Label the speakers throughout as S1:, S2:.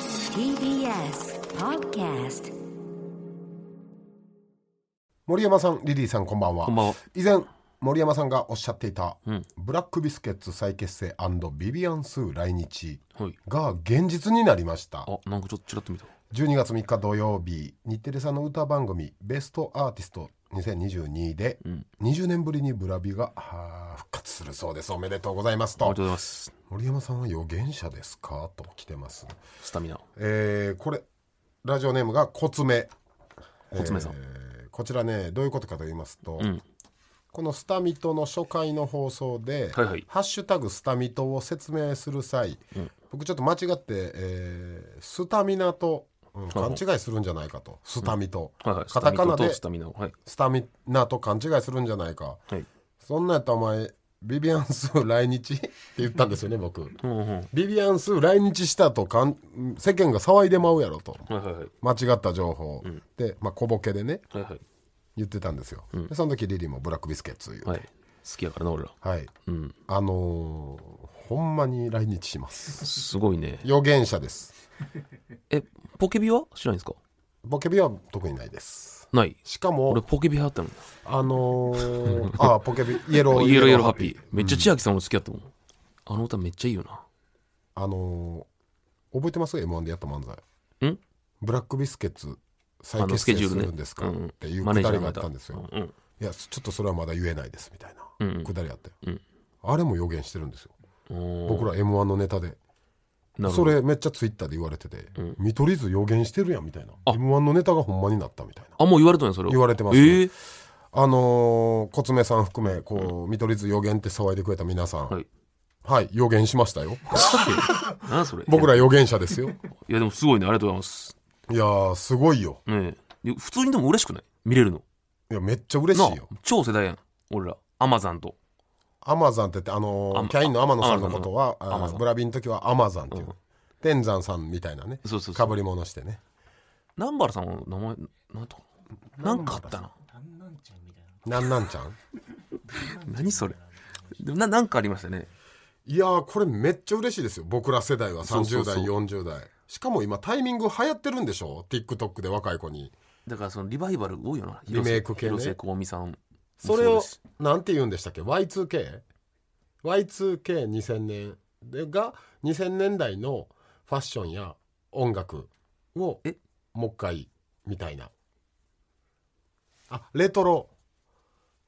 S1: TBS Podcast
S2: 森山さんリリーさんこんばんは
S3: こんばんは
S2: 以前森山さんがおっしゃっていた、
S3: ん
S2: ブラックビスケッツ再結成ビビアンスー来日
S3: はい
S2: が現実になりました
S3: あなんかちょっとちらっと見た
S2: 12月3日土曜日日テレさんの歌番組「ベストアーティスト2022」で20年ぶりにブラビがあー復活するそうですおめでとうございます
S3: あり
S2: と
S3: がとうございます
S2: 森山さんは予言者ですかと来てます
S3: スタミナ
S2: えーこれラジオネームがコツメ
S3: コツメさん、
S2: えーこちらねどういうことかと言いますと、この「スタミト」の初回の放送で「
S3: はいはい
S2: ハッシュタグスタミト」を説明する際、僕ちょっと間違って、えースタミナと、うん勘違いするんじゃないかと「スタミト」
S3: はいはい
S2: カタカナで
S3: スタミナとスタミナをはい
S2: スタミナと勘違いするんじゃないか、
S3: はい
S2: そんなんやったらお前ビビアンスー来日 って言ったんですよね僕
S3: うんうんはい
S2: ビビアンスー来日したとかん世間が騒いでまうやろと
S3: はいはい
S2: 間違った情報、で、まあ、小ボケでね
S3: はいはい
S2: 言ってたんですよ、でその時リリーもブラックビスケッツいう
S3: はい好きやからな俺ら
S2: はい、
S3: うん
S2: あのーほんまに来日します
S3: すごいね
S2: 予言者です
S3: えポケビは知らないんですか
S2: ボケビは特にないです
S3: ない
S2: しか
S3: 俺
S2: も
S3: ポケビ流行ったの
S2: あの ーあーポケビイエロー
S3: イエローイエローハッピーめっちゃ千秋さんも好きやったもんあの歌めっちゃいいよな
S2: あのー覚えてます m 1でやった漫才
S3: ん
S2: ブラックビスケッツ再
S3: あの
S2: 結
S3: スケ
S2: 成
S3: ジュ
S2: す
S3: ールね
S2: るんですか、
S3: うんうん
S2: っていう
S3: マ
S2: く
S3: ネージ
S2: だ
S3: ャ
S2: り
S3: ー
S2: があ
S3: が
S2: ったんですよ、
S3: うんうん
S2: いやちょっとそれはまだ言えないですみたいな、
S3: うん
S2: くだりあって、
S3: ん
S2: あれも予言してるんですよ
S3: おー
S2: 僕ら m 1のネタで
S3: なる
S2: そ
S3: ほど
S2: れめっちゃツイッターで言われてて、
S3: ん
S2: 見取り図予言してるやんみたいな
S3: あ
S2: m 1のネタがほんまになったみたいな
S3: あもう言われたんやそれは
S2: 言われてますね
S3: ええ
S2: あのー、コツメさん含めこう、見取り図予言って騒いでくれた皆さんは、
S3: はいい
S2: 予言しましたよ
S3: 何それ
S2: 僕ら予言者です よ
S3: いやでもすごいねありがとうございます
S2: いやーすごいよ
S3: ねえいや普通にでも嬉しくない見れるの
S2: いやめっちゃ嬉
S3: な
S2: し
S3: あ
S2: いよ
S3: 超世代やん俺らアマザンと
S2: アマザンって言って、あのー
S3: アマ
S2: キャインの天野さんのことは
S3: アマ
S2: あ
S3: ザ
S2: ー
S3: ン
S2: ブラビの時はアマザンっていう、
S3: うん
S2: 天山さんみたいなね
S3: そうそうそ
S2: か
S3: う
S2: ぶり物してね
S3: 南原さんの名前なんとなんかあったな
S2: なんなんちゃん
S3: 何それでもななんかありましたね
S2: いやーこれめっちゃ嬉しいですよ僕ら世代は30代
S3: そうそうそう
S2: 40代しかも今タイミング流行ってるんでしょ TikTok で若い子に
S3: だからそのリバイバル多いよな
S2: リメイク系ね
S3: 広瀬香美さんも
S2: それ
S3: うで
S2: を
S3: すし
S2: なんて言うんでしたっけ Y2K Y2K2000 年でが2000年代のファッションや音楽を
S3: え
S2: もう一回みたいなあレトロ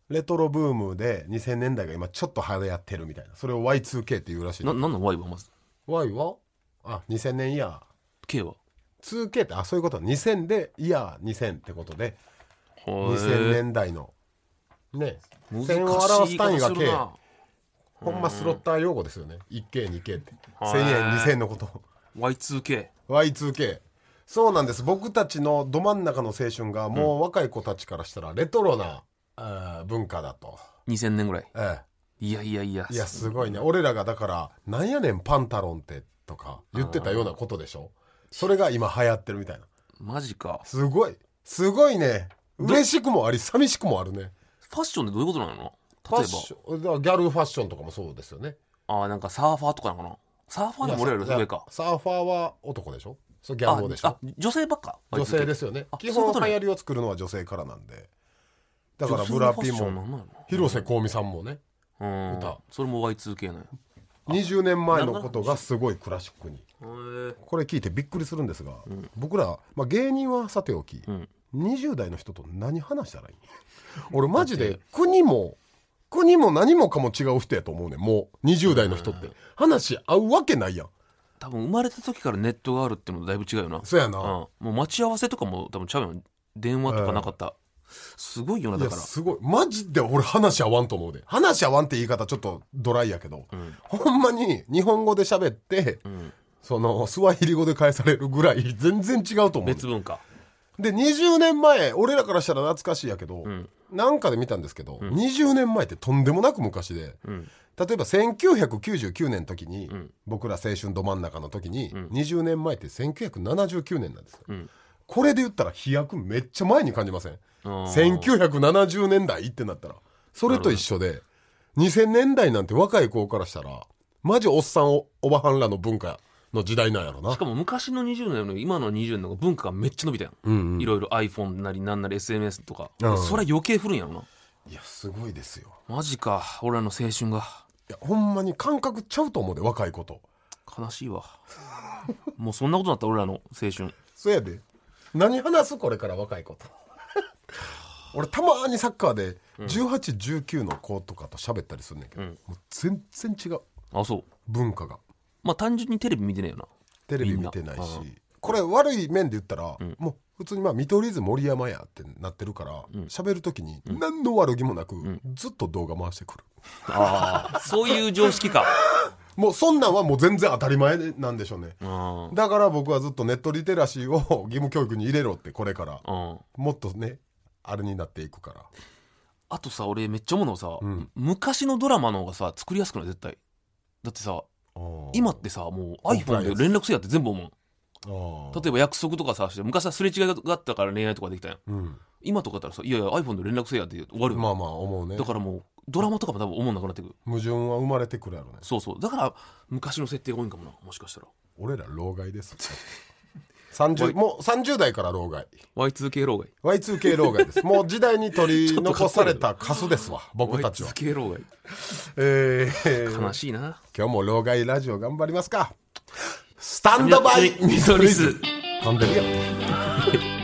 S2: レトロブームで2000年代が今ちょっと流行ってるみたいなそれを Y2K っていうらしい
S3: ななんなん Y はまず
S2: Y はあ2000年イヤー
S3: K は
S2: 2K ってあそういうこと2000でイヤー2000ってことで2000
S3: 2000
S2: 年代のね
S3: 難しい
S2: 線を表す単位が
S3: 言い方す
S2: K
S3: るな
S2: ほんまスロッター用語ですよね 1K2K って
S3: へー
S2: 1000円2000のこと
S3: Y2K
S2: Y2K そうなんです僕たちのど真ん中の青春がもう若い子たちからしたらレトロな、あー文化だと、
S3: 2000年ぐらい
S2: え
S3: いやいやいや
S2: え、いやすごいね俺らがだから「なんやねんパンタロンって」とか言ってたようなことでしょそれが今流行ってるみたいな
S3: マジか
S2: すごいすごいね嬉しくもあり寂しくもあるね
S3: ファッションってどういうことなの
S2: ファッ
S3: 例えば
S2: ションだからギャルファッションとかもそうですよね
S3: あーなんかサーファーとかなのかなサーファーでも俺らより上か
S2: サーファーは男でしょそれギャ
S3: あ
S2: ル男でし
S3: あ
S2: ょ
S3: 女性ばっか
S2: 女性ですすよね
S3: あ
S2: 基
S3: そういう
S2: 本
S3: ことね
S2: 流行りを作るのは女性からなんでだ
S3: だ
S2: からブラピ
S3: な
S2: も
S3: んなんや
S2: 広瀬香美さんもね
S3: ろなうん
S2: 歌
S3: それも Y2K なんや
S2: 20年前のことがすごいクラシックに
S3: へー
S2: これ聞いてびっくりするんですが、僕ら、まあ、芸人はさておき、
S3: ん
S2: 20代の人と何話したら いい俺マジで国も国も何もかも違う人やと思うねんもう20代の人って話合うわけないやん
S3: 多分生まれた時からネットがあるってのもだいぶ違うよな
S2: そうや
S3: うん
S2: な、
S3: もう待ち合わせとかも多分ちゃうよ電話とかなかったすごいよないだ
S2: や
S3: から
S2: すごいマジで俺話合わんと思うで話合わんって言い方ちょっとドライやけど、ほんまに日本語で喋って、
S3: ん
S2: そのスワヒリ語で返されるぐらい全然違うと思うねん
S3: 別文化
S2: で20年前俺らからしたら懐かしいやけど、
S3: ん
S2: なんかで見たんですけど、20年前ってとんでもなく昔で、
S3: ん
S2: 例えば1999年の時に、
S3: ん
S2: 僕ら青春ど真ん中の時に、20年前って1979年なんですよ、
S3: うん
S2: これで言ったら飛躍めっちゃ前に感じません
S3: あー
S2: 1970年代ってなったらそれと一緒で2000年代なんて若い子からしたらマジおっさんおおばはんらの文化の時代なんやろな
S3: しかも昔の20年の今の20年の方が文化がめっちゃ伸びたやん、
S2: うんうん
S3: いろいろ iPhone なりなんなり SNS とか、
S2: うん
S3: そりゃ余計古いんやろない
S2: やすごいですよ
S3: マジか俺らの青春が
S2: いやほんまに感覚ちゃうと思うで若いこと
S3: 悲しい わもうそんなことなった俺らの青春
S2: そやで何話すこれから若いこと 俺たまにサッカーで1819の子とかと喋ったりするんだけど、
S3: うん
S2: もう全然違う
S3: あそう
S2: 文化が
S3: まあ単純にテレビ見てねえよな
S2: テレビ
S3: みん
S2: 見
S3: な
S2: てないし
S3: うん
S2: これ悪い面で言ったら、
S3: ん
S2: もう普通にまあ見取り図森山やってなってるから喋、る時に何の悪気もなく、ずっと動画回してくる
S3: ああそういう常識 か
S2: もうそんなんはもう全然当たり前なんでしょうね
S3: うんうん
S2: だから僕はずっとネットリテラシーを 義務教育に入れろってこれから
S3: あ
S2: もっとねあれになっていくから
S3: とさ俺めっちゃ思うのはさ、
S2: うん
S3: 昔のドラマの方がさ作りやすくない絶対だってさ今ってさもう iPhone で連絡せやって全部思う
S2: 例
S3: 例えば約束とかさして昔はすれ違いがあったから恋愛とかできたやん
S2: うん、
S3: 今とかだったらさ「いやいや iPhone で連絡せや」って終わるよ、
S2: まあまあ思うね
S3: だからもうドラマとかも多分思んなくなってくる
S2: 矛盾は生まれてくるやろね
S3: そうそうだから昔の設定が多いんかもなもしかしたら
S2: 俺ら老害 です30もう30代から老害
S3: Y2K 老害
S2: Y2K 老害 ですもう時代に取り残されたカスですわ僕たちは、
S3: Y2K 老害
S2: えー
S3: 悲しいな
S2: 今日も老害ラジオ頑張りますかスタンドバイ
S3: ミドルス
S2: 噛んでるやん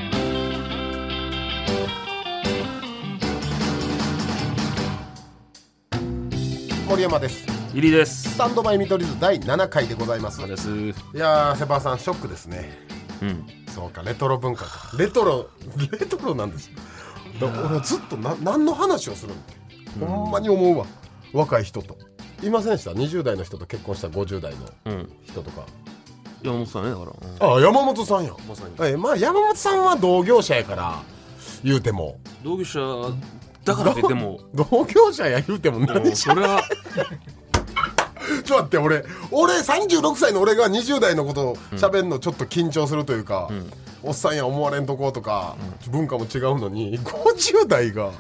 S2: 森山です
S3: 入りで
S2: ス
S3: す
S2: タンドバイ見取り図第7回でございますい
S3: ですう
S2: やーセバーさんショックですね
S3: ん
S2: そうかレトロ文化かレトロレトロなんですだ俺はずっとな何の話をするのってほんまに思うわ若い人といませんでした20代の人と結婚した50代の
S3: うん
S2: 人とか
S3: 山本さんねだから、うん
S2: あ山本さんや
S3: まさに
S2: えまあ山本さんは同業者やから言うても
S3: 同業者だからって でも
S2: 同業者や言うても
S3: もう
S2: 何し
S3: それは
S2: ちょっと待って俺俺36歳の俺が20代のことを喋るのちょっと緊張するというか、おっさんや思われんとことか、文化も違うのに50代が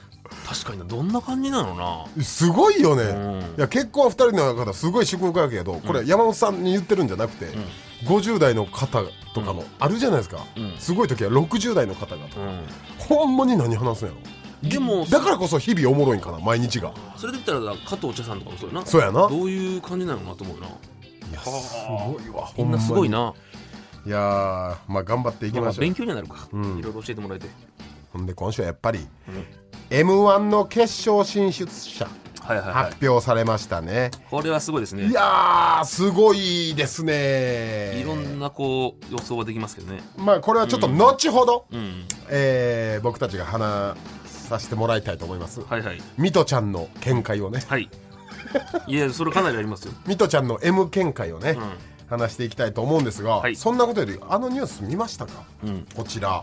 S3: 確かになどんな感じなのな
S2: すごいよね、
S3: うん
S2: いや結婚は2人の方すごい祝福やけどこれ山本さんに言ってるんじゃなくて、50代の方とかもあるじゃないですか、
S3: うん
S2: すごい時は60代の方がと
S3: うん
S2: ほんまに何話すんやろ
S3: でも
S2: だからこそ日々おもろいんかな毎日が
S3: それで言ったら加藤茶さんとかもそうやな
S2: そうやな
S3: どういう感じなのかなと思うよない
S2: やすごいわほ
S3: み
S2: ん
S3: ん
S2: ま
S3: な
S2: に
S3: すごいな、
S2: いやーまあ頑張っていき
S3: ま
S2: ま
S3: あ、
S2: しょう
S3: 勉強にはなるか、
S2: うん
S3: いろいろ教えてもらえて
S2: ほんで今週はやっぱり m 1の決勝進出者
S3: はいはいはい
S2: 発表されましたね、
S3: これはすごいですね
S2: い、やーすごいですね
S3: いろんなこう予想はできますけどね
S2: まあこれはちょっと後ほど、
S3: うん
S2: えー僕たちが話させてもらいたいと思います、
S3: はいはい
S2: ミトちゃんの見解をね
S3: はいいやそれかなりありますよ
S2: ミトちゃんの M 見解をね、
S3: ん
S2: 話していきたいと思うんですが、
S3: はい
S2: そんなことよりあのニュース見ましたか、
S3: うん
S2: こちら、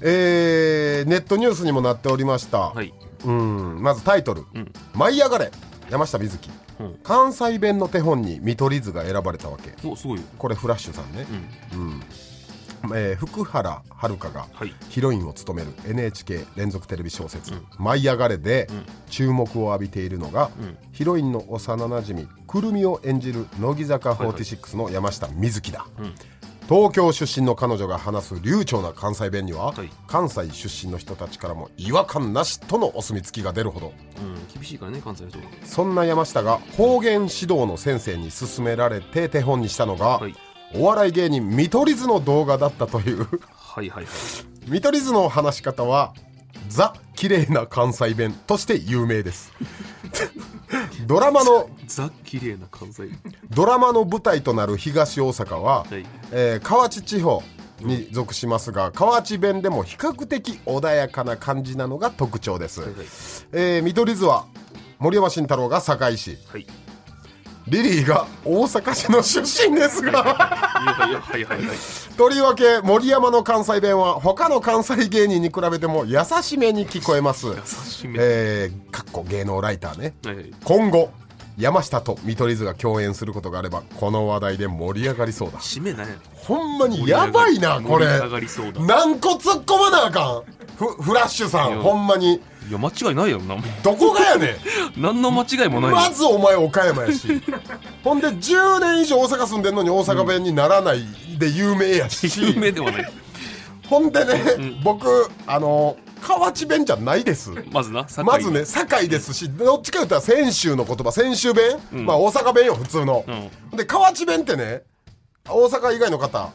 S2: えーネットニュースにもなっておりました、
S3: はい
S2: うんまずタイトル「
S3: ん
S2: 舞い上がれ山下美月、
S3: うん
S2: 関西弁の手本に見取り図が選ばれたわけ
S3: おすごいよ
S2: これフラッシュさんね、うんえー福原遥が
S3: はい
S2: ヒロインを務める NHK 連続テレビ小説「舞い上がれ」で注目を浴びているのが、ヒロインの幼なじみくるみを演じる乃木坂46の山下美月だ、東京出身の彼女が話す流暢な関西弁には、
S3: はい
S2: 関西出身の人たちからも違和感なしとのお墨付きが出るほど
S3: うん厳しいからね関西の人は
S2: そんな山下が方言指導の先生に勧められて手本にしたのが、
S3: はい
S2: お笑い芸人見取り図の動画だったという。
S3: はいはいはい
S2: 見取り図の話し方はザ綺麗な関西弁として有名です ドラマの
S3: ザ綺麗な関西
S2: ドラマの舞台となる東大阪は、
S3: はい
S2: えー河内地方に属しますが河内弁でも比較的穏やかな感じなのが特徴です、
S3: はいはい
S2: えー見取り図は森山慎太郎が堺市
S3: はい
S2: リリーが大阪市の出身ですが
S3: はいはいはいはい
S2: とりわけ森山の関西弁は他の関西芸人に比べても優しめに聞 こえます
S3: 優しめ、
S2: えー、かっこ芸能ライターね
S3: はいはい
S2: 今後山下と見取り図が共演することがあればこの話題で盛り上がりそうだ
S3: 締めなんやねん
S2: ほんまにやばいなこれ
S3: 盛り上がりそうだ
S2: 何個突っ込まなあかんフフラッシュさ
S3: い
S2: ん
S3: や
S2: ほんまに
S3: い や間違いないやろなもう
S2: どこがやねん
S3: 何の間違いもないよ
S2: まずお前岡山やしほんで10年以上大阪住んでんのに大阪弁にならないで有名やし、
S3: 有名ではない
S2: ほんでね、僕あの河内弁じゃないです
S3: まずな酒井
S2: まずね堺ですし、どっちか言ったら泉州の言葉泉州弁、まあ大阪弁よ普通の、で河内弁ってね大阪以外の方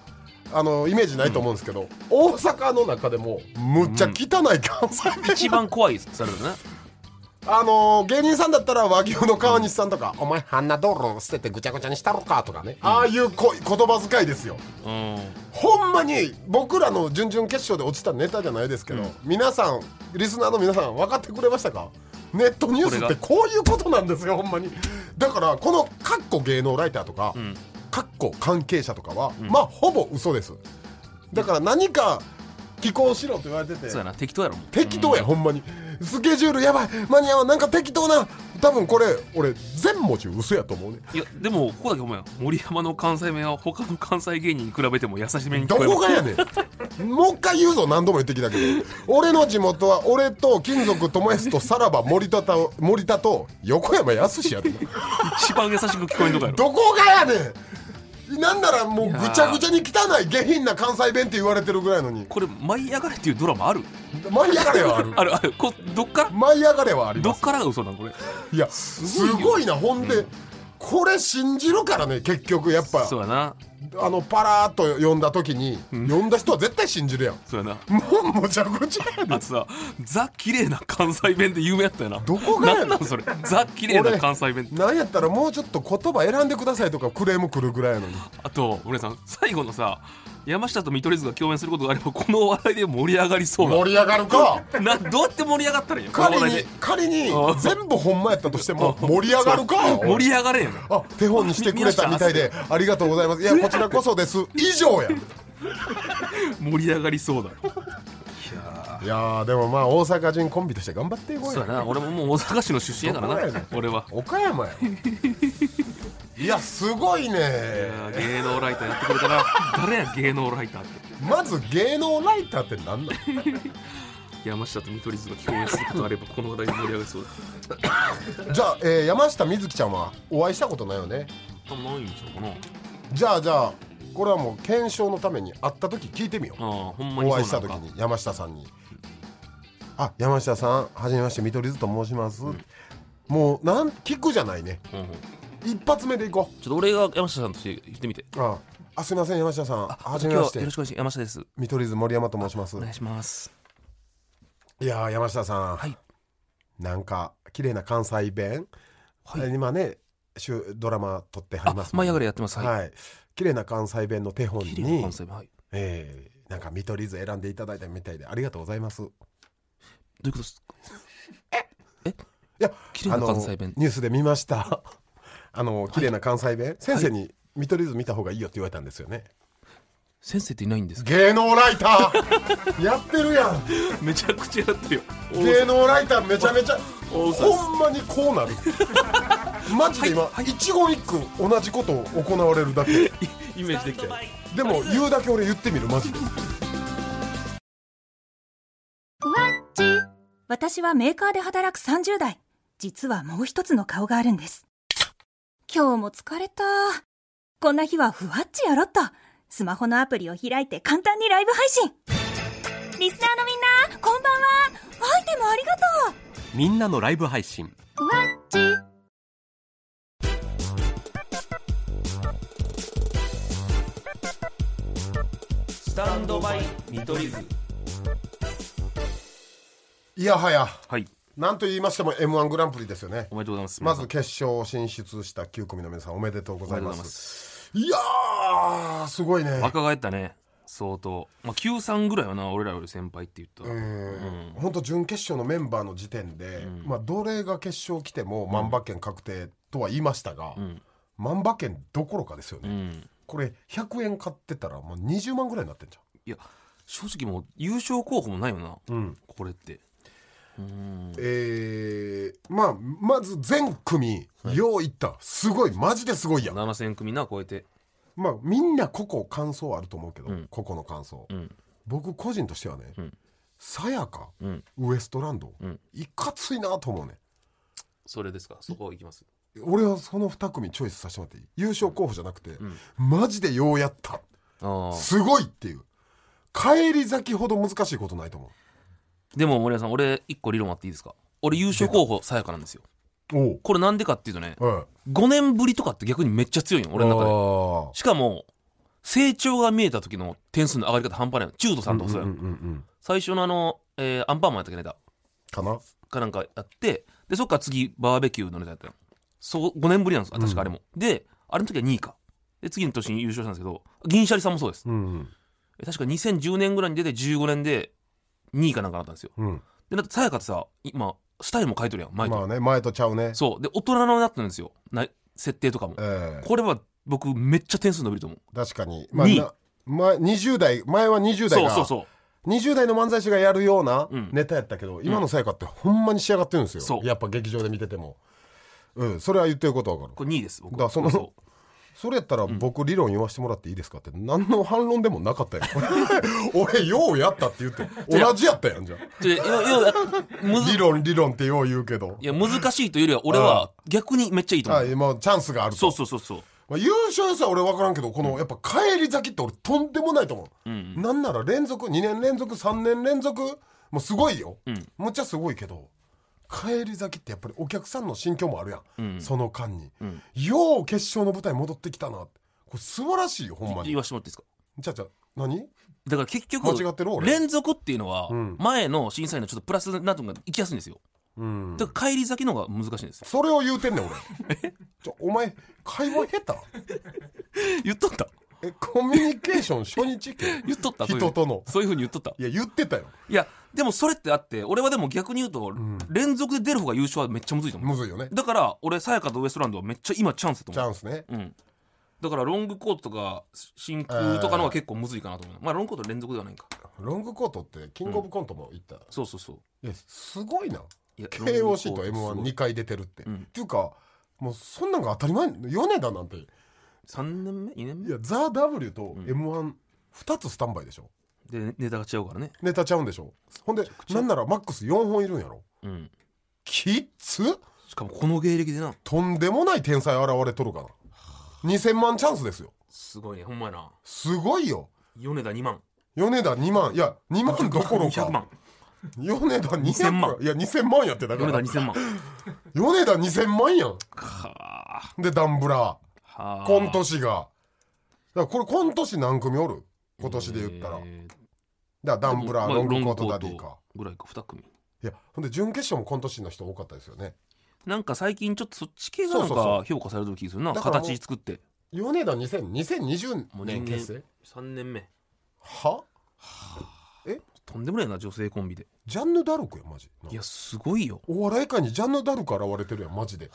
S2: あのイメージないと思うんですけど、大阪の中でもむっちゃ汚い関西弁、
S3: 一番怖いそれだね
S2: あのー芸人さんだったら和牛の川西さんとか「お前あんな道路捨ててぐちゃぐちゃにしたろか」とかね、ああいうこ言葉遣いですよ
S3: う
S2: ほんまに僕らの準々決勝で落ちたネタじゃないですけど、皆さんリスナーの皆さん分かってくれましたかネットニュースってこういうことなんですよほんまにだからこの「かっこ芸能ライター」とか
S3: ん
S2: 「かっこ関係者」とかは、まあほぼ嘘ですだから何か寄稿しろと言われてて
S3: んそうやな適当やろもう
S2: 適当や、ほんまにスケジュールやばい間に合わんなんか適当な多分これ俺全文字嘘やと思うね
S3: いやでもここだけお前森山の関西弁は他の関西芸人に比べても優しめに聞
S2: ど
S3: こえま
S2: こ
S3: す
S2: がやねんもう一回言うぞ何度も言ってきたけど俺の地元は俺と金属友康とさらば森田と森田と横山やすしやで
S3: 一番優しく聞こえんとかやろ
S2: どこがやねんなんならもうぐちゃぐちゃに汚い下品な関西弁って言われてるぐらいのに
S3: これ「舞い上がれ」っていうドラマある
S2: 舞い上がれはある
S3: あるあるこどっから
S2: 舞い上がれはあり
S3: ど
S2: ま
S3: っ
S2: す
S3: からが嘘なんこれ
S2: いやすごいなほんで、これ信じるからね結局やっぱ
S3: そうやな
S2: あのパラーっと読んだ時に、読んだ人は絶対信じるやん
S3: そうやな
S2: もうむちゃくちゃやで
S3: あとさザ綺麗な関西弁で有名やったよな
S2: どこがやね
S3: なんんなんそれザ綺麗な関西弁って
S2: 俺なんやったらもうちょっと言葉選んでくださいとかクレーム来るぐらいやのに
S3: あと俺さん最後のさ山下と見取り図が共演することがあればこのお笑いで盛り上がりそう
S2: 盛り上がるか
S3: ななどうやって盛り上がったらいいのこの
S2: 仮
S3: お笑い
S2: に
S3: で
S2: 仮に
S3: うん
S2: 全部ほんまやったとしても盛り上がるか
S3: 盛り上がれんやん
S2: あ手本にしてくれたみたいでありがとうございますいやこちらこそです以上 や
S3: 盛り上がりそうだ
S2: いやーでもまあ大阪人コンビとして頑張っていこう
S3: そう
S2: や
S3: やな俺ももう大阪市の出身やからな俺は
S2: 岡山や いやすごい
S3: い
S2: ね
S3: や芸能ライターやってくれたな誰や芸能ライターって
S2: まず芸能ライターって何なの
S3: 山下と見取り図が共演することがあればこの話題で盛り上がりそうだ
S2: じゃあ、えー山下美月ちゃんはお会いしたことないよね
S3: 多分ないんちゃうかな
S2: じゃあじゃあこれはもう検証のために会った時聞いてみよう
S3: ああほんまに
S2: お会
S3: そう
S2: い
S3: な
S2: した
S3: の
S2: 時
S3: か
S2: に山下さんに「あ山下さんはじめまして見取り図と申します」もうなん聞くじゃないね
S3: うんうんちょ
S2: 一発目でいこ
S3: っと俺が山下さんとして言ってみて
S2: うああすいません山下さんはじめ
S3: 今
S2: ま
S3: 日
S2: し
S3: は
S2: て
S3: よろしくお願いします山下です
S2: 見取り図森山と申します
S3: お願いします
S2: いやー山下さん、
S3: はい
S2: なんか綺麗な関西弁、
S3: はい
S2: 今ね週ドラマ撮ってはりま
S3: あ
S2: すもん
S3: 舞
S2: ね
S3: い上がれやってますはい
S2: はい、綺麗な関西弁の手本
S3: 綺麗な
S2: に
S3: 関、西弁はい
S2: えー、なんか見取り図選んでいただいたみたいでありがとうございます。い
S3: どういうことですか
S2: や、
S3: 綺麗な関西弁
S2: あのニュースで見ました。あの綺麗な関西弁、先生に見取り図見た方がいいよって言われたんですよね。
S3: 先生っていないん ですか
S2: 芸能ライターやってるやん。
S3: めちゃくちゃやってるよ
S2: 芸能ライターめちゃめちゃ
S3: 大嘘です
S2: ほんまにこうなる。マジで今、一言一句同じことを行われるだけ。
S3: イメージできたよ
S2: でも言うだけ俺言ってみるマジで。
S4: 私はメーカーで働く30代。実はもう一つの顔があるんです。今日も疲れた。こんな日はふわっちやろっと。スマホのアプリを開いて簡単にライブ配信。リスナーのみんな、こんばんは。アイテムありがとう。
S5: みんなのライブ配信
S6: スタンドバイ見取り図
S2: いやはや、
S3: はい
S2: なんと言いましても M1 グランプリですよね
S3: お。めでとうございます
S2: まず決勝進出した9組の皆さんおめでとうございま
S3: おめでとうございます
S2: いやーすごいね
S3: 若返ったね相当まあ93ぐらいはな俺らより先輩って言ったら
S2: うん本当準決勝のメンバーの時点で、まあ、どれが決勝来ても万馬券確定とは言いましたが、万馬券どころかですよね、
S3: うん
S2: これ100円買ってたらもう20万ぐらいになってんじ
S3: いや正直もう優勝候補もないよな、
S2: ゃん、うん
S3: これって
S2: えーまあまず全組よういったすごいマジですごいやん
S3: 7000組な超えて
S2: まあみんな個々感想あると思うけど、
S3: ん
S2: 個々の感想、
S3: ん
S2: 僕個人としてはね、
S3: ん
S2: さやか、
S3: うん
S2: ウエストランド、
S3: うん
S2: いかついなと思うね
S3: それですかそこ行きます
S2: 俺はその2組チョイスさせてもらっていい優勝候補じゃなくて、
S3: ん
S2: マジでようやった
S3: ああ
S2: すごいっていう帰り咲きほど難しいことないと思
S3: でも森山さん俺一個理論あっていいですか俺優勝候補さやかなんですよ
S2: うおう
S3: これなんでかっていうとね
S2: え
S3: 5年ぶりとかって逆にめっちゃ強いの
S2: え
S3: 俺の中で
S2: 中
S3: しかも成長が見えた時の点数の上がり方半端ないの中途さんとかそうやん,、
S2: うんうんうん
S3: 最初のあの、えーアンパンマンやったっけネタ
S2: かな
S3: かなんかやってでそっから次バーベキューのネタやったのそう5年ぶりなんですよ確かあれも、であれの時は2位かで次の年に優勝したんですけど銀シャリさんもそうです
S2: うんうん
S3: え確か2010年ぐらいに出て15年で2位かなんかなったんですよ
S2: うん
S3: でなんかさやかってさ今スタイルも変えとるやん前と、
S2: まあね前とちゃうね
S3: そうで大人のなってるんですよな設定とかも、
S2: ええ
S3: これは僕めっちゃ点数伸びると思う
S2: 確かにまあ
S3: に
S2: な前20代前は20代
S3: そう
S2: が
S3: そうそう
S2: 20代の漫才師がやるような
S3: うん
S2: ネタやったけど、今のさやかってほんまに仕上がってるんですよ、
S3: そう
S2: やっぱ劇場で見ててもうんそれは言ってることわか
S3: こ
S2: る
S3: れ2位です僕
S2: だからその
S3: そう
S2: それやったら僕理論言わしてもらっていいですかって何の反論でもなかったよ 俺ようやったって言って同じやったやんじゃあ
S3: でよよや むず
S2: 理論理論ってよう言うけど
S3: いや難しいというよりは俺は逆にめっちゃいいと思
S2: あ
S3: う
S2: 今チャンスがあると
S3: そうそうそうそう
S2: まあ、優勝さ俺分からんけどこのやっぱ帰り咲きって俺とんでもないと思う、なんなら連続2年連続3年連続もうすごいよ、
S3: ん
S2: むっちゃすごいけど帰り咲きってやっぱりお客さんの心境もあるやん、その間に、よう決勝の舞台戻ってきたなってこれ素晴らしいよほんま
S3: 言
S2: に
S3: わしてもらっていいですか
S2: じゃあじゃあ何
S3: だから結局
S2: 間違ってる俺
S3: 連続っていうのは
S2: ん
S3: 前の審査員のちょっとプラスなんとかいきやすいんですよ
S2: うん
S3: だから帰り咲きの方が難しいんですよ
S2: それを言うてんねん俺 ちょお前会話下手
S3: 言っとった
S2: えコミュニケーション初日け
S3: 言っとったそういう
S2: 人との
S3: そういうふうに言っとった
S2: いや言ってたよ
S3: いやでもそれってあって俺はでも逆に言うと、連続で出る方が優勝はめっちゃむずいと思う
S2: むずいよね
S3: だから俺さやかとウエストランドはめっちゃ今チャンスだと
S2: チ
S3: 思
S2: ャ
S3: う
S2: ンスね
S3: うんだからロングコートとか真空とかの方が結構むずいかなと思う、まあロングコート連続ではないか
S2: ロングコートってキングオブコントも行った、
S3: そうそうそう
S2: いやすごいない
S3: や
S2: KOC と
S3: ロングコート
S2: m 1 2回出てるって、
S3: うん
S2: っていうかもうそんなんが当たり前米田なんてい
S3: 3年目2年目
S2: や「ザ・ w と
S3: ん
S2: m 1 2つスタンバイでしょ
S3: でネタが違うからね
S2: ネタちゃうんでしょほんでなんならマックス4本いるんやろ
S3: うん
S2: キッズ
S3: しかもこの芸歴でな
S2: とんでもない天才現れとるから2000万チャンスですよ
S3: すごいねほんまやな
S2: すごいよ
S3: 米田2万
S2: 米田2万いや2万どころか
S3: 200万
S2: 米田2000
S3: 2000万
S2: 万いや2000万やってだか
S3: 米田
S2: ら
S3: 2000万
S2: 米田2000万やんでダンブラー
S3: はあ
S2: コント師がだからこれコント師何組おる今年で言ったら、
S3: えー
S2: だからダンブラー
S3: まあ
S2: ロングコートダディか
S3: ぐらいか2組
S2: いやほんで準決勝もコント師の人多かったですよね
S3: なんか最近ちょっとそっち系がなん
S2: そうそうそ
S3: か評価されてる気がするな
S2: だからもう
S3: 形作って
S2: 米田2000 2020
S3: もう
S2: 年
S3: 人間
S2: 結成
S3: 3年目
S2: は
S3: とんでもないな女性コンビで
S2: ジャンヌ・ダルクやマジ
S3: いやすごいよ、
S2: お笑い界にジャンヌ・ダルク現れてるやんマジで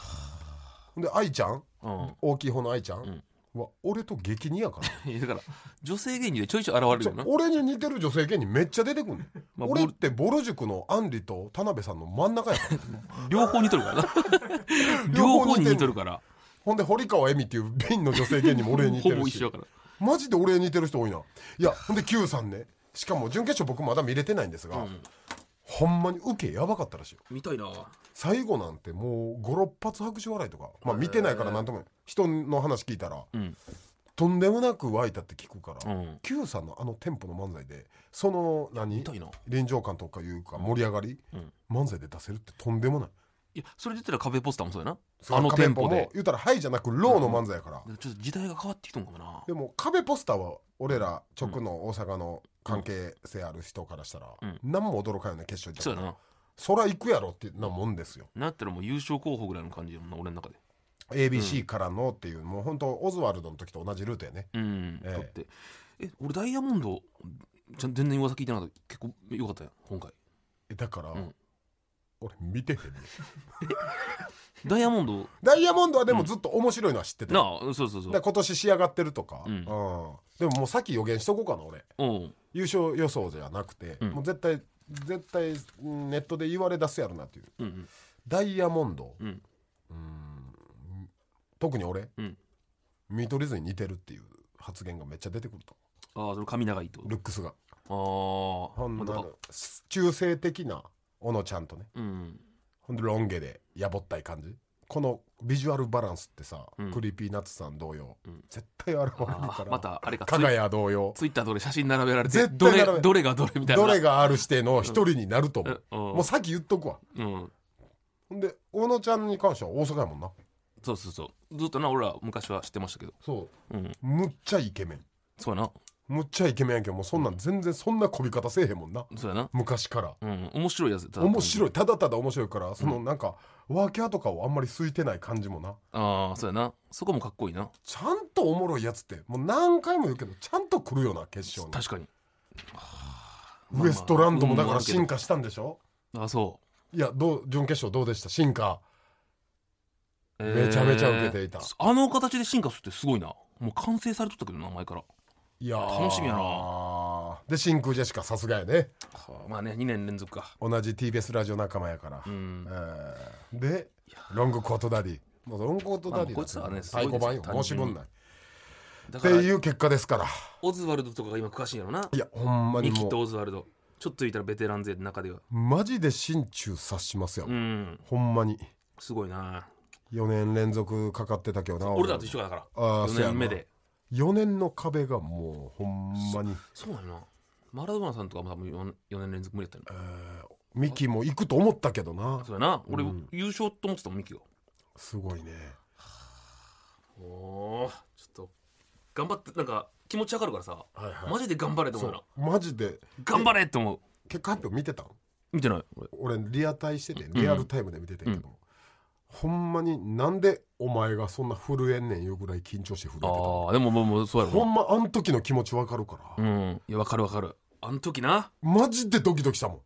S2: ほんで愛ちゃん
S3: うん、
S2: 大きい方の愛ちゃん
S3: ん
S2: は俺と激似や から
S3: いやだから女性芸人でちょいちょい現れるよな
S2: 俺に似てる女性芸人めっちゃ出てくんねん、
S3: まあ
S2: 俺ってボル塾のアンリと田辺さんの真ん中やから
S3: 両方似とる からな両方に似とるから
S2: ほんで堀川恵美っていう瓶の女性芸人も俺に似て
S3: ほ
S2: るし
S3: ぼ一緒やから
S2: マジで俺に似てる人多いないやほんで Q さんねしかも準決勝僕まだ見れてないんですが、ほんまに受けやばかったらしいよ
S3: 見たいな
S2: 最後なんてもう56発拍手笑いとかまあ見てないからなんとも言えん人の話聞いたら、
S3: ん
S2: とんでもなく湧いたって聞くから、
S3: うん
S2: Q さんのあのテンポの漫才でその何
S3: たいな
S2: 臨場感とかいうか盛り上がり、漫才で出せるってとんでもない
S3: いやそれで言ったら壁ポスターもそうや
S2: そ
S3: なあのテンポ
S2: 壁
S3: で
S2: も言うたら「はい」じゃなく「ロー」の漫才やから、
S3: ちょっと時代が変わってきとんかもな
S2: でも壁ポスターは俺ら直の大阪の関係性ある人からしたら、
S3: うん
S2: 何も驚かんよね決勝行った
S3: そう
S2: ら
S3: やな
S2: そら行くやろってなもんですよ
S3: なんやったらもう優勝候補ぐらいの感じやもんな俺の中で
S2: ABC からのっていう、もう本当オズワルドの時と同じルートやね
S3: うん、
S2: ええ
S3: だってえ俺ダイヤモンドちゃん全然噂聞いてなかった結構よかったよ今回
S2: えだから、
S3: ん
S2: 俺見てへんねん
S3: ダイヤモン ド
S2: ダイヤモンドはでもずっと面白いのは知ってて、
S3: なあそうそうそう
S2: で今年仕上がってるとか、
S3: うん
S2: でももうさっき予言しとこうかな俺
S3: うん
S2: 優勝予想じゃなくて、
S3: ん
S2: もう絶対絶対ネットで言われ出すやろなっていう
S3: うんうん
S2: ダイヤモンド、
S3: うん
S2: 特に俺、
S3: うん
S2: 見取り図に似てるっていう発言がめっちゃ出てくると
S3: ああそれ髪長いってこ
S2: ルックスが
S3: とああ
S2: ほんま
S3: まあだから
S2: の中性的な小野ちゃんとね
S3: うん
S2: ほんでロン毛でやぼったい感じこのビジュアルバランスってさ、
S3: ん
S2: クリーピーナッツさん同様、絶対現れる
S3: あ
S2: か
S3: ー
S2: ら
S3: またあれか
S2: 加賀谷同様
S3: ツイッターとかで写真並べられて
S2: 絶対
S3: ど
S2: 並
S3: れ
S2: べ
S3: どれがどれみたいな
S2: どれがある指定の一人になると思う、
S3: うんうん
S2: もう先言っとくわ
S3: うん
S2: ほんで小野ちゃんに関しては大阪やもんな
S3: そうそうそうずっとな俺ら昔は知ってましたけど
S2: そう、
S3: うん
S2: むっちゃイケメン
S3: そうや
S2: むっちゃイケメンやけどもうそんなん全然そんなこび方せえへんもんな
S3: なそうやな
S2: 昔から
S3: うん面白いやつだ
S2: 面白いただただ面白いからそのなんか、ワーキャーとかをあんまり空いてない感じもな
S3: ああそうやなそこもかっこいいな
S2: ちゃんとおもろいやつってもう何回も言うけどちゃんと来るよな決勝に
S3: 確かに
S2: ウエストランドもだか
S3: まあま
S2: ら
S3: あ
S2: 進化したんでしょ
S3: あそ
S2: いやどう準決勝どうでした進化
S3: う
S2: めちゃめちゃ受けていた
S3: えーあの形で進化するってすごいなもう完成されとったけどな前から
S2: いやー
S3: 楽しみや
S2: で真空ジェシカさすがやね
S3: まあね2年連続か
S2: 同じ TBS ラジオ仲間やから、えーでロングコートダディもうロングコートダディだ、
S3: まあこいつはねすご
S2: 太
S3: いです
S2: 鼓判よ
S3: 単純に
S2: 申し分ないっ
S3: だ
S2: て
S3: から
S2: いう結果ですから
S3: オズワルドとかが今詳しいんやろない
S2: やほんまに
S3: ニキ
S2: も
S3: と
S2: う
S3: オズワルドちょっと言ったらベテラン勢の中では
S2: マジで心中察しますよ、
S3: うん
S2: ほんまに
S3: すごいな
S2: 4年連続かかってたけどな
S3: 俺らと一緒だから
S2: あー
S3: 4年目で
S2: 4年の壁がもうほんまに
S3: そうやなマラドーナさんとかも多分 4, 四年連続無理やったよね
S2: ミキも行くと思ったけどな
S3: そうやな俺優勝と思ってたもんミキが
S2: すごいね
S3: おーちょっと頑張ってなんか気持ちわかるからさ、
S2: いはい
S3: マジで頑張れと思
S2: そうう
S3: な
S2: マジで
S3: 頑張れって思う
S2: 結果発表見てたん
S3: 見てない俺
S2: 俺リアタイしててリアルタイムで見ててんけど、ほんまになんでお前がそんな震えんねんいうぐらい緊張して震えてた
S3: ああでももうもうそうや
S2: ほ
S3: ろ
S2: んまあん時の気持ちわかるから、
S3: なうんいやわかるわかるあの時な
S2: マジでドキドキしたもん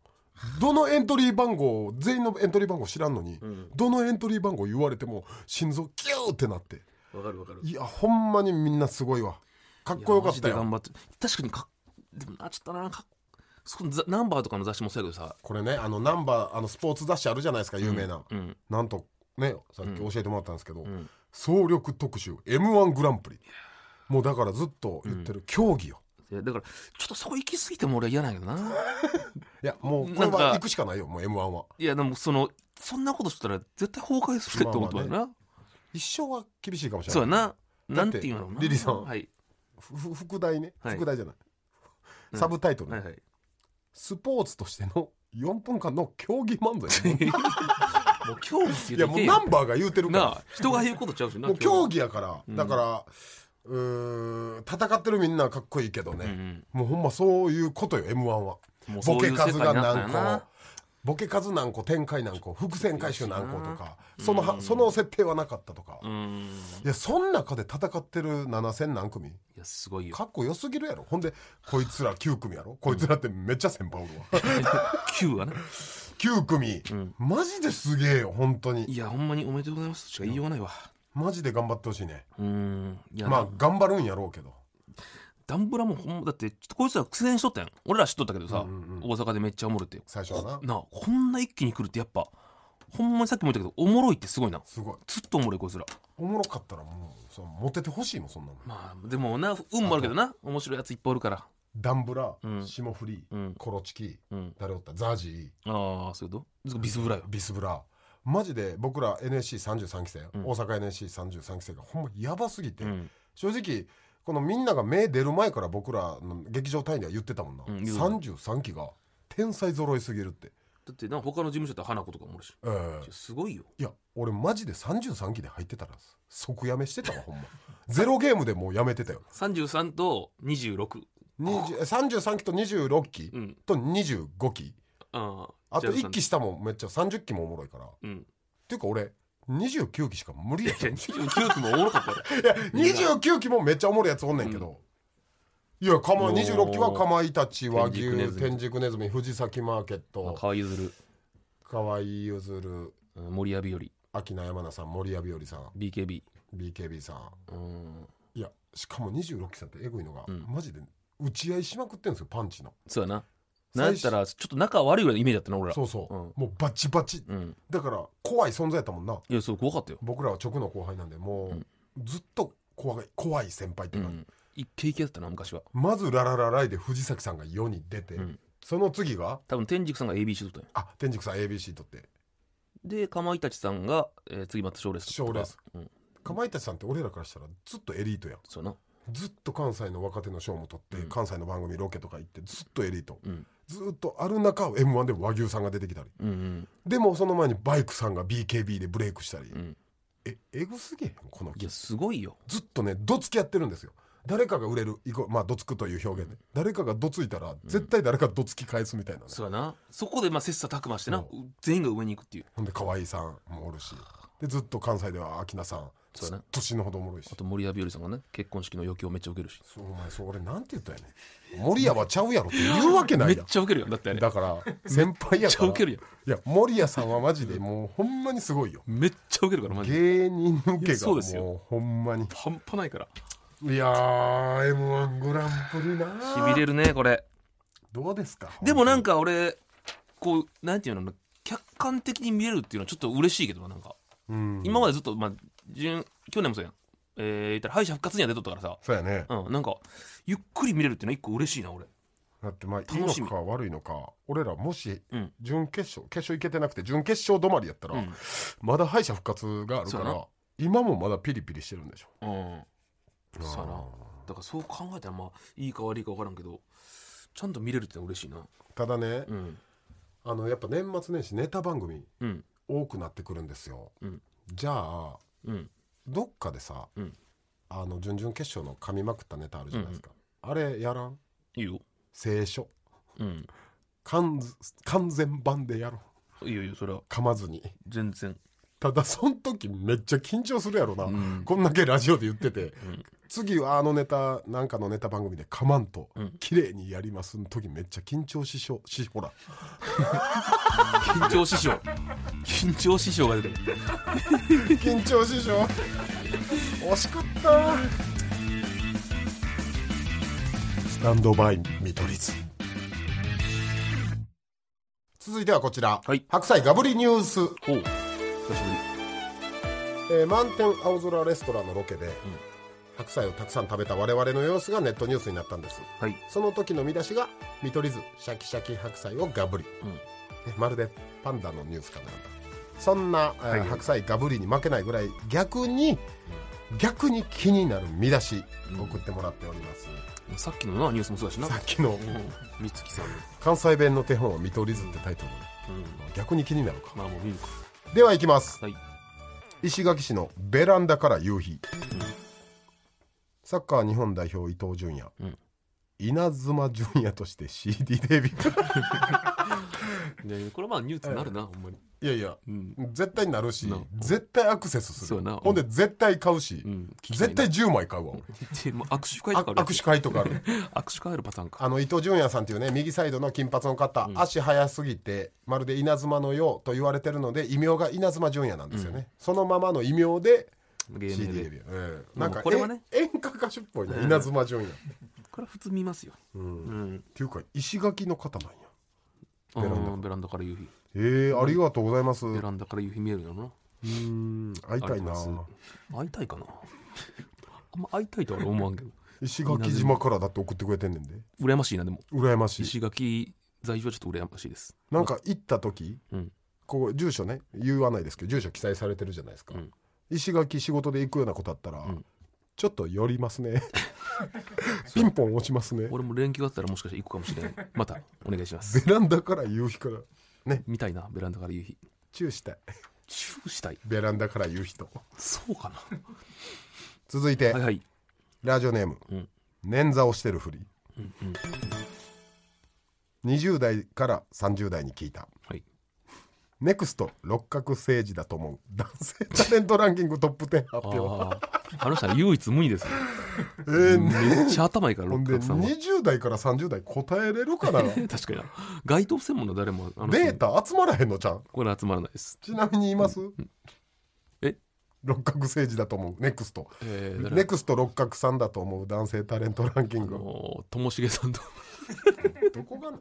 S2: どのエントリー番号全員のエントリー番号知らんのに、どのエントリー番号言われても心臓キューってなって
S3: わかるわかる
S2: いやほんまにみんなすごいわかっこよかった
S3: いやマ
S2: よ
S3: ジで頑張って確かにかっでもなちょっとなかっそのザナンバーとかの雑誌もそうやけどさ
S2: これねあのナンバーあのスポーツ雑誌あるじゃないですか有名な、
S3: ん
S2: なんとねさっき教えてもらったんですけど、総力特集 m 1グランプリもうだからずっと言ってる競技よ、
S3: いやだからちょっとそこ行き過ぎても俺は嫌なんやけどない
S2: やもうこれ
S3: なんか
S2: は行くしかないよもう m 1はい
S3: やでもそのそんなことしたら絶対崩壊するって思ってますな、
S2: まあ一生は厳しいかもしれない
S3: そうやな
S2: だ
S3: な
S2: っ
S3: ん
S2: て
S3: ていうの
S2: リリーさん
S3: はい
S2: ふふ副題ね
S3: はい
S2: 副題じゃない、サブタイトル、
S3: はいはい
S2: スポーツとしての4分間の競技漫 才
S3: もう競技って
S2: い
S3: 言
S2: や
S3: う
S2: も
S3: と
S2: う
S3: い
S2: ナンバーが言うてるか
S3: な
S2: ら
S3: あ人が言うことちゃうしな
S2: もう競技やから、だからうーん戦ってるみんなかっこいいけどね、もうほんまそういうことよ m 1は
S3: もうそう
S2: ボケ
S3: いう世界
S2: 数が何
S3: になったんや
S2: 個
S3: な
S2: ボケ数何個展開何個伏線回収何個とかそのはその設定はなかったとか、
S3: うーんい
S2: いやそん中で戦ってる7000何組
S3: やすご いよ
S2: かっこよすぎるやろほんでこいつら9組やろこいつらってめっちゃ先輩おるわ
S3: 9はね
S2: 9組、マジですげえよ本当
S3: い
S2: に
S3: やほんまにおめでとうございますしか言いようがないわ
S2: マジで頑張ってほしいね
S3: うーんいや、
S2: ま
S3: ま
S2: あ
S3: あ、
S2: 頑張るんやろうけど
S3: ダンブラもほんまだってちょっとこいつら苦戦しとったやん俺ら知っとったけどさ、大阪でめっちゃおもろいって
S2: 最初はな
S3: なあこんな一気に来るってやっぱほんまにさっきも言ったけどおもろいってすごいな
S2: すごい
S3: ずっとおもろいこいつら
S2: おもろかったらもうそうモテてほしいもんそんなの
S3: まあでもな運もあるけどな面白いやついっぱいおるから
S2: ダンブラ、霜降り、コロチキ、
S3: ん
S2: 誰おったザージ
S3: ああそういうことビスブラよ
S2: ービスブラマジで僕ら NSC33 期生、大阪 NSC33 期生がほんまやばすぎて、正直このみんなが目出る前から僕らの劇場単位では言ってたもんな、
S3: ん言う
S2: 33期が天才揃いすぎるって、
S3: だってな他の事務所って花子とかもおるし
S2: ええ
S3: すごいよ
S2: いや俺マジで33期で入ってたら即やめしてたわほ んまゼロゲームでもうやめてたよ
S3: 33と26
S2: 20 33期と26期
S3: ん
S2: と25期
S3: あ
S2: あと
S3: 一
S2: 1期下もめっちゃ30期もおもろいからっ
S3: うん
S2: ていうか俺29期しか無理やっ
S3: い
S2: た
S3: や
S2: んですよ
S3: 29区もおもろかったよ
S2: いや29期もめっちゃおもろいやつおんねんけど、いやかま26期はかまいたち和牛
S3: 天竺ネズミ
S2: 天竺ネズミ藤崎マーケット
S3: 川ゆずる
S2: 河合ゆずる
S3: うん森谷日和
S2: 秋名山名さん森谷日和さん
S3: BKB
S2: BKB さん
S3: うん
S2: いやしかも26期さんってえぐいのが、マジで打ち合いしまくってんですよパンチの
S3: そうやな
S2: 最
S3: なんやっ
S2: 初
S3: たらちょっと仲悪いぐらいのイメージだったな俺ら
S2: そうそう、
S3: うん
S2: もうバチバチ、
S3: ん
S2: だから怖い存在やったもんない
S3: やそう怖かったよ
S2: 僕らは直の後輩なんでもう、ずっと怖い怖い先輩っていうか、
S3: 一軒一軒だったな昔は
S2: まず「ラララライ」で藤崎さんが世に出て、その次が
S3: 多分天竺さんが ABC 取ったんや
S2: あ天竺さん ABC とって
S3: でかまいたちさんが、えー、次また賞レースとか
S2: 賞レース、
S3: うん、
S2: かまいたちさんって俺らからしたらずっとエリートやん
S3: そうやな
S2: ずっと関西の若手の賞も取って、
S3: うん
S2: 関西の番組ロケとか行ってずっとエリート、
S3: うん
S2: ずっとある中 m 1で和牛さんが出てきたり
S3: うんうん
S2: でもその前にバイクさんが BKB でブレイクしたり、
S3: うん
S2: えエグすぎへんこの
S3: い
S2: 木
S3: やすごいよ
S2: ずっとねどつきやってるんですよ誰かが売れるイコまあどつくという表現で誰かがどついたら絶対誰かどつき返すみたいなね、
S3: そうやなそこでまあ切磋琢磨してな、
S2: う
S3: 全員が上に行くっていう
S2: ほんで河合さんもおるしでずっと関西では明菜さん
S3: そう
S2: ず
S3: や
S2: っ
S3: な
S2: と死ぬほどおもろいし
S3: あと森田日和さんがね結婚式の余興めっちゃ受けるし
S2: そうお前そう俺なんて言ったんやねん森谷はちゃうやろって言うわけな
S3: め
S2: い
S3: っ
S2: やん
S3: ちゃ受けるよだってあれ
S2: だから先輩やから
S3: めっちゃウケるや
S2: いや森谷さんはマジでもうほんまにすごいよ
S3: めっちゃ受けるからマジ
S2: 芸
S3: で
S2: 人受
S3: い
S2: け
S3: や
S2: が
S3: そうですよ
S2: もうほんまに
S3: 半端ないから
S2: いやー m 1グランプリな
S3: しびれるねこれ
S2: どうですか
S3: でもなん
S2: か
S3: か俺こうなんていうの客観的に見れるっていうのはちょっと嬉しいけどななんか、今までずっと、まあ、順去年もそうやんえー、言ったら敗者復活には出とったからさ
S2: そうやね
S3: うんなんかゆっくり見れるっていうのは一個嬉しいな俺
S2: だってまあいい
S3: 楽
S2: の
S3: しみ
S2: か悪いのか俺らもし
S3: うん
S2: 準決勝決勝行けてなくて準決勝止まりやったら、
S3: うん
S2: まだ敗者復活があるか
S3: そうやな
S2: ら今もまだピリピリしてるんでしょ
S3: うんそうや
S2: あ
S3: なだからそう考えたらまあいいか悪いか分からんけどちゃんと見れるってのは嬉しいな
S2: ただね、
S3: うん
S2: あのやっぱ年末年始ネタ番組
S3: うん
S2: 多くなってくるんですよ、
S3: うん
S2: じゃあ
S3: うん
S2: どっかでさ、
S3: うん
S2: あの準々決勝の噛みまくったネタあるじゃないですか、あれやらん
S3: いいよ
S2: 聖書
S3: うん
S2: 完完全版でやろう
S3: いいよいいよそれは
S2: 噛まずに
S3: 全然
S2: ただその時めっちゃ緊張するやろな、
S3: ん
S2: こんだけラジオで言ってて、次はあのネタなんかのネタ番組で噛まんと
S3: うん
S2: 綺麗にやりますの時めっちゃ緊張ししょしほら
S3: 緊張 師匠緊張師匠が出てる
S2: 緊張ししょ惜しかったスタンドバイ見取り図続いてはこちら、
S3: はい
S2: 白菜ガブリニュース
S3: おう久しぶり
S2: えー満天青空レストランのロケで、白菜をたくさん食べた我々の様子がネットニュースになったんです
S3: はい
S2: その時の見出しが見取り図シャキシャキ白菜をガブリ、
S3: うん
S2: ねまるでパンダのニュースかなんかそんな、えー
S3: はい
S2: 白菜ガブリに負けないぐらい逆に、逆に気になる見出し
S3: うん
S2: 送ってもらっております、
S3: さっきのなニュースもそうだしな
S2: さっきの
S3: 美月さんの、
S2: 関西弁の手本は見取り図ってタイトルで逆に気になるか
S3: まあもう見るか
S2: ではいきます
S3: はい
S2: 石垣市のベランダから夕日、サッカー日本代表伊東純也、
S3: うん
S2: 稲妻純也として CD デビュ ー
S3: でこれはまあニュースになるな、ほんまに
S2: いやいや
S3: うん、
S2: 絶対なるし
S3: な
S2: 絶対アクセスす
S3: そう
S2: る
S3: やな
S2: ほんで絶対買うし、
S3: うん、
S2: 絶対10枚買うわ俺
S3: でもう握手会
S2: あ
S3: とかあるやつ
S2: 握手会とかあ る
S3: 握手会あるパターンか
S2: あの伊東純也さんっていうね右サイドの金髪の方、足速すぎてまるで稲妻のようと言われてるので異名が稲妻純也なんですよね、そのままの異名で
S3: 芸
S2: CD
S3: 名
S2: デ
S3: で
S2: ビュー、ええなんか
S3: これはね
S2: え演歌歌手っぽいね稲妻純也
S3: これは普通見ますようん、
S2: っていうか石垣の方なんや
S3: あ
S2: ベランダ
S3: ーベランダから夕日
S2: ええありがとうございます
S3: ベ
S2: う
S3: ランダから夕日見えるよな
S2: ーん会いたいな
S3: ありがとうございま会いたいかなあんま会いたいとは俺思わんけど
S2: 石垣島からだって送ってくれてんねんで
S3: 羨ましいなでも
S2: 羨ましい
S3: 石垣在住はちょっと羨ましいです
S2: なんか行った時、
S3: うん
S2: ここ住所ね言わないですけど住所記載されてるじゃないですか、
S3: うん
S2: 石垣仕事で行くようなことあったら、
S3: ん
S2: ちょっと寄ります ねピンポン押しますね
S3: 俺も連休があったらもしかしたら行くかもしれないまたお願いします
S2: ベランダから夕日から
S3: 見たいなベランダから夕日
S2: チューしたい
S3: チューしたい
S2: ベランダから夕日と
S3: そうかな
S2: 続いて、
S3: はいはい
S2: ラジオネーム、
S3: うん
S2: 捻挫をしてるふり、20代から30代に聞いた
S3: はい
S2: ネクスト六角政治だと思う男性タレントランキングトップ10発表
S3: あああの人は唯一無二ですよ
S2: えー
S3: めっちゃ頭いいから
S2: ほん
S3: 六
S2: で
S3: 角さんは
S2: 20代から30代答えれるかな
S3: 確かにな該当専門の誰もあの人
S2: データ集まらへんのちゃん
S3: これ集まらないです
S2: ちなみに言います
S3: え
S2: 六角政治だと思うネクスト
S3: えー誰だ
S2: ネクスト六角さんだと思う男性タレントランキン
S3: あ
S2: グ
S3: のともしげさんと
S2: どこがな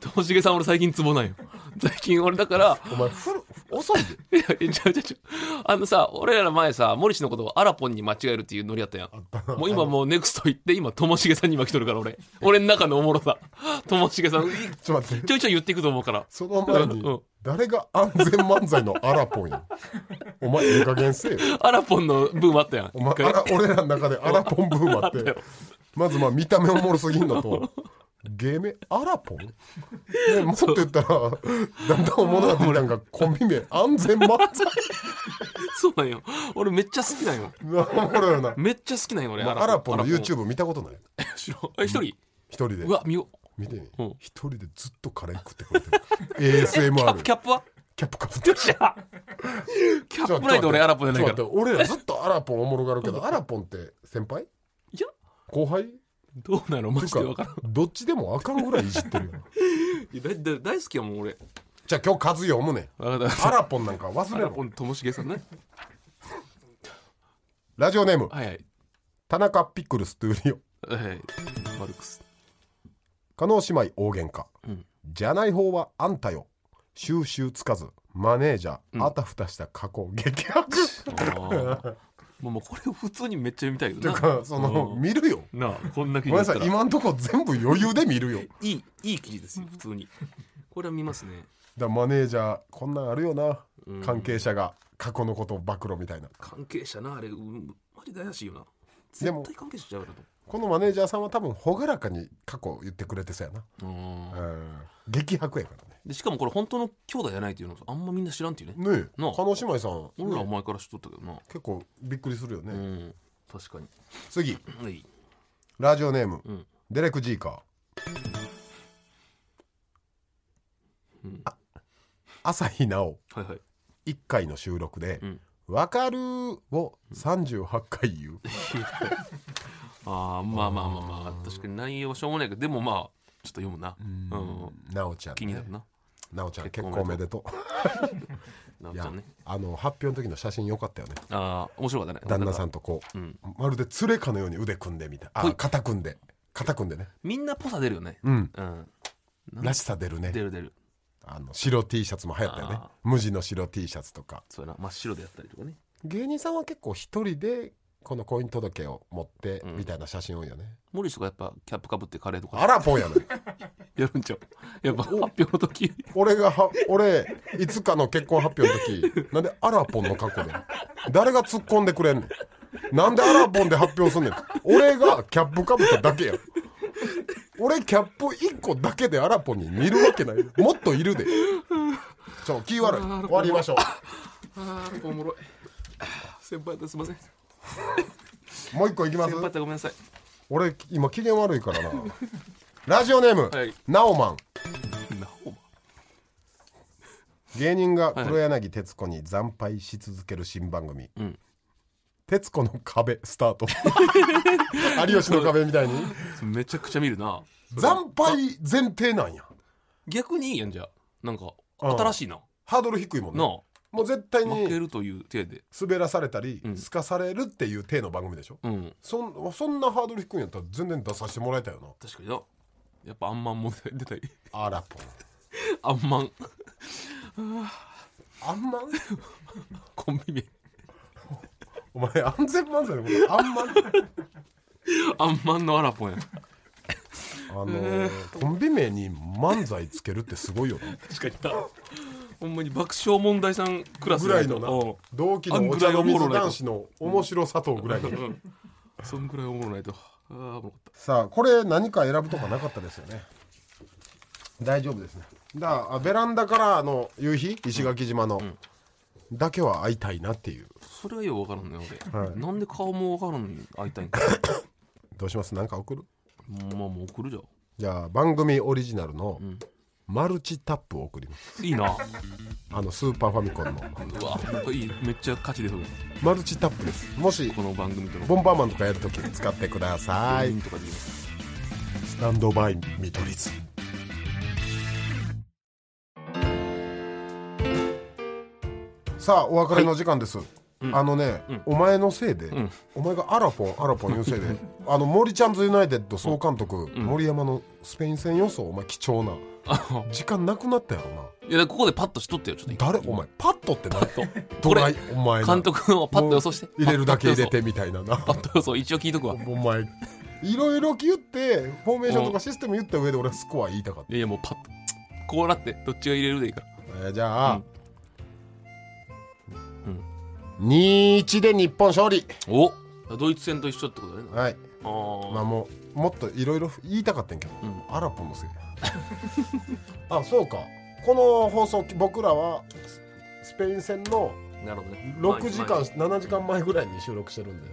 S3: ともしげさん俺最近ツボなんよ最近俺だから
S2: お前古遅いで
S3: いやいやちゃうちゃうちゃうあのさ俺ら前さ森氏のことをアラポンに間違えるっていうノリやったやんもう今もうネクスト行って今ともしげさんに今来とるから俺俺の中のおもろさともしげさん
S2: ちょっと待って
S3: ちょいちょい言っていくと思うから
S2: その前
S3: う
S2: に
S3: ん
S2: 誰が安全漫才のアラポンやお前いい加減せえよ
S3: アラポンの分もあったやん
S2: お前
S3: 一回
S2: あら俺らの中でアラポンブームあっ てまずまあ見た目おもろすぎんのと芸名アラポン、ね、もっと言ったらだんだんおもろなってきたんがコンビ名安全漫才
S3: そうなんよ俺めっちゃ好きなんよ
S2: おもろいよな
S3: めっちゃ好きなんよ俺
S2: アラポンの
S3: アラポ
S2: YouTube 見たことない
S3: 知らんえ一人
S2: 一人で
S3: うわ見よう
S2: 見てね
S3: うん
S2: 一人でずっとカレー食ってくれてる ASMR
S3: キャップキャップは
S2: キャップかぶってる
S3: じゃあキャップないと俺アラポンじゃない
S2: ち
S3: か
S2: ょっと
S3: ら
S2: 待って俺らずっとアラポンおもろがるけどアラポンって先輩
S3: いや
S2: 後輩
S3: どうなのマジで分からん
S2: とどっちでもあかんぐらいいじってるよ
S3: いやだだ大好きやもん俺
S2: じゃあ今日数読むね
S3: 分かっ
S2: アラポンなんか忘
S3: たア
S2: れ
S3: ラポ
S2: ろ
S3: ンともしげさんね
S2: ラジオネーム
S3: はいはい
S2: 田中ピクルストゥーリオ
S3: はいマルク ス
S2: 加納姉妹大喧嘩、
S3: ん
S2: じゃない方はあんたよ収集つかずマネージャー、あたふたした過去激 白
S3: あーもうもうこれを普通にめっちゃ見たいけどな
S2: その
S3: うん
S2: 見るよ
S3: なあこんな記
S2: ごめんな
S3: 事だった
S2: さ
S3: ら
S2: い今んとこ全部余裕で見るよだか
S3: いいいい記事ですよ普通にこれは見ますね
S2: らマネージャーこんなんあるよな、
S3: うん
S2: 関係者が過去のことを暴露みたいな
S3: 関係者なあれ、うん、マジで怪しいよな
S2: で
S3: 絶
S2: も
S3: 対関係者ちゃうよなと
S2: このマネージャーさんは多分朗らかに過去を言ってくれてそうや
S3: うん
S2: な、うん、激白やからね
S3: でしかもこれ本当の兄弟じゃないっていうのをあんまみんな知らんっていうね
S2: ねえ
S3: なあ
S2: 叶姉妹さん
S3: 俺らお前から知っとったけどな
S2: 結構びっくりするよね、
S3: うん確かに
S2: 次
S3: はい
S2: ラジオネーム、
S3: うん
S2: デレク・ジーカー、
S3: うん
S2: あ朝日奈央
S3: はいはい
S2: 1回の収録で
S3: うん
S2: 「わ、かる」を38回言う、
S3: ああまあまあまあまあ確かに内容はしょうもないけどでもまあちょっと読むなうん
S2: 奈央ちゃん、
S3: 気になるな
S2: 奈緒ちゃん結
S3: 結婚
S2: 婚おめでとう
S3: なお
S2: い
S3: ち
S2: や
S3: ゃんね
S2: あの発表の時の写真良かったよね
S3: ああ面白かったね
S2: 旦那さ
S3: ん
S2: んとこう、
S3: うん
S2: まるで連れかのように腕組んでみたい
S3: ほ
S2: あ
S3: い
S2: 肩組んで肩組んでね
S3: みんなぽさ出るよね
S2: うん
S3: うん
S2: らしさ出るね
S3: 出る出る
S2: あの白 T シャツも流行ったよね
S3: あ
S2: 無地の白 T シャツとか
S3: そうやな真っ白でやったりとかね
S2: 芸人さんは結構一人でこの婚姻届を持ってみたいな写真多いよね、
S3: 森氏とかやっぱキャップかぶってカレーとか
S2: あらぽんやね
S3: やるんちゃうやっぱ発表の時
S2: 俺がは俺いつかの結婚発表の時なんでアラポンの過去で誰が突っ込んでくれんねんなんでアラポンで発表すんねん俺がキャップかぶっただけやん俺キャップ1個だけでアラポンに見るわけないもっといるでちょ気悪い終わりましょう
S3: ああおもろい 先輩だすいません先
S2: もう一個いきます
S3: 輩だごめんなさい
S2: 俺今機嫌悪いからなラジオネーム、
S3: はい
S2: ナオマン
S3: なお前
S2: 芸人が黒柳徹子に惨敗し続ける新番組「
S3: ん
S2: 徹子の壁」スター ト有吉の壁みたいに
S3: めちゃくちゃ見るな
S2: 惨敗前提なんや
S3: 逆にいいやんじゃあなんか
S2: うん
S3: 新しいな
S2: ハードル低いもん
S3: な
S2: ね
S3: あ
S2: もう絶対
S3: 負け
S2: に
S3: るという手で
S2: 滑らされたり
S3: ん
S2: すかされるっていう体の番組でしょ、
S3: うん
S2: そんそんなハードル低いんやったら全然出させてもらいたいよな
S3: 確かになやっぱあんまんも出たり
S2: あらぽん
S3: あんまん
S2: あんまん
S3: コンビ名
S2: お前安全漫才のことあん まん
S3: あんまんのアラポンや
S2: あのーコンビ名に漫才つけるってすごいよね
S3: 確かになほんまに爆笑問題さんクラス
S2: ぐらいのな
S3: う
S2: 同期のお茶の水男子の面白さとぐらいの
S3: んうんそんぐらいおもろないとあーおもろかっ
S2: さあこれ何か選ぶとかなかったですよね大丈夫ですねだからあベランダからの夕日石垣島の、だけは会いたいなっていう
S3: たそれはようわからんね俺、
S2: はい
S3: なんで顔もわからんのに会いたいんか
S2: どうしますなんか送る
S3: まあもう送るじゃん
S2: じゃあ番組オリジナルのマルチタップを送ります
S3: いいな
S2: あのスーパーファミコンの
S3: うわいいめっちゃ勝ち出そう
S2: マルチタップですもし
S3: この番組との
S2: ボンバーマンとかやるときに使ってください
S3: とかでいいです
S2: スタンドバイ見取り図さあお別れの時間です、あのね、
S3: ん
S2: お前のせいで、
S3: ん
S2: お前がアラポンアラポン言うせいであの森ちゃんズユナイテッド総監督、森山のスペイン戦予想お前貴重な 時間なくなったやろない
S3: やここでパッとしとってよちょっと
S2: 誰お前パッとって誰
S3: と
S2: ドライ
S3: こ
S2: お前な
S3: 監督のパッと予想して
S2: もう入れるだけ入れて
S3: パ
S2: みたいなな
S3: ッと予想一応聞いとくわい
S2: お前いろいろ言ってフォーメーションとかシステム言った上で俺はスコア言いたかった、
S3: やいやもうパッとこうなってどっちが入れるでいいから
S2: えーじゃあ、
S3: うん
S2: 2-1で日本勝利
S3: おドイツ戦と一緒ってことだね
S2: はい
S3: あー、
S2: まあもうもっといろいろ言いたかったんやけど、
S3: ん
S2: アラポンのせい あそうかこの放送僕らはススペイン戦の
S3: なるほどね
S2: 6時間、
S3: まあ
S2: 7時間前ぐらいに収録してるんで、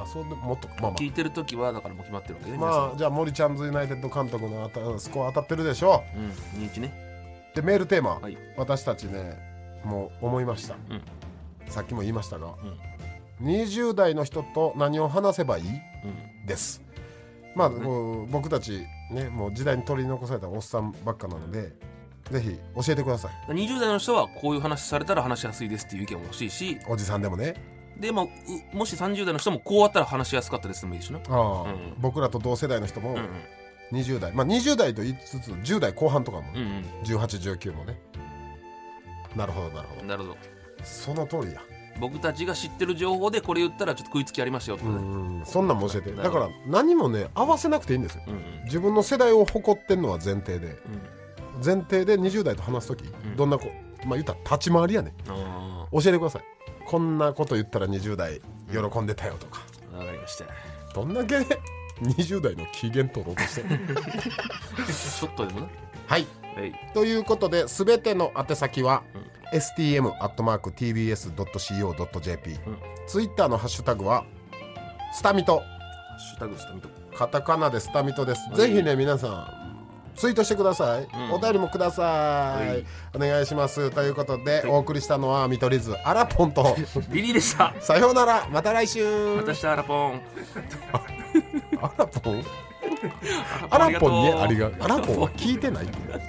S2: あそうでもっとまあま
S3: 聞いてる時はだからもう決まってるわけね
S2: あまあじゃあ森チャンズユナイテッド監督のあたスコア当たってるでしょ
S3: 皆さんうん2 1ね
S2: でメールテーマ、
S3: はい
S2: 私たちねもう思いました、
S3: うん
S2: さっきも言いましたが、20代の人と何を話せばいい、ですまあ、こう僕たちねもう時代に取り残されたおっさんばっかなので、ぜひ教えてください
S3: 20代の人はこういう話されたら話しやすいですっていう意見も欲しいし
S2: おじさんでもね
S3: で、まあ、うもし30代の人もこうあったら話しやすかったですでもいいしな
S2: ああ、
S3: うん
S2: 僕らと同世代の人も
S3: うん
S2: 20代、まあ20代と言いつつ10代後半とかも、
S3: うんうん
S2: 1819もねなるほどなるほ
S3: う
S2: ど
S3: んなるほど
S2: その通りや
S3: 僕たちが知ってる情報でこれ言ったらちょっと食いつきありましたよってこと
S2: う
S3: ね
S2: んそんなんも教えて
S3: な
S2: だ
S3: る
S2: か
S3: ほど
S2: ら何もね合わせなくていいんですよ
S3: うんうん
S2: 自分の世代を誇ってんのは前提で前提で20代と話す時、
S3: ん
S2: どんなこまあ言ったら立ち回りやね
S3: あ
S2: 教えてくださいこんなこと言ったら20代喜んでたよとか、
S3: あわかりました
S2: どんだけ 20代の機嫌取ろうとしてる
S3: ちょっとでもな
S2: はい
S3: はい
S2: ということで全ての宛先は、stm.tbs.co.jp、ツイッターのハッシュタグはスタミト
S3: ハッシュタグしたみと
S2: カタカナでスタミトです、
S3: い
S2: ぜひね皆さんツイートしてください、
S3: ん
S2: お便りもください、
S3: はい
S2: お願いしますということで、お送りしたのは見取り図アラポンと
S3: ビリーでした
S2: さようならまた来週
S3: 私とアラポン
S2: アラポンアラポンにありが
S3: ありがとう
S2: アラポンは聞いてないっていう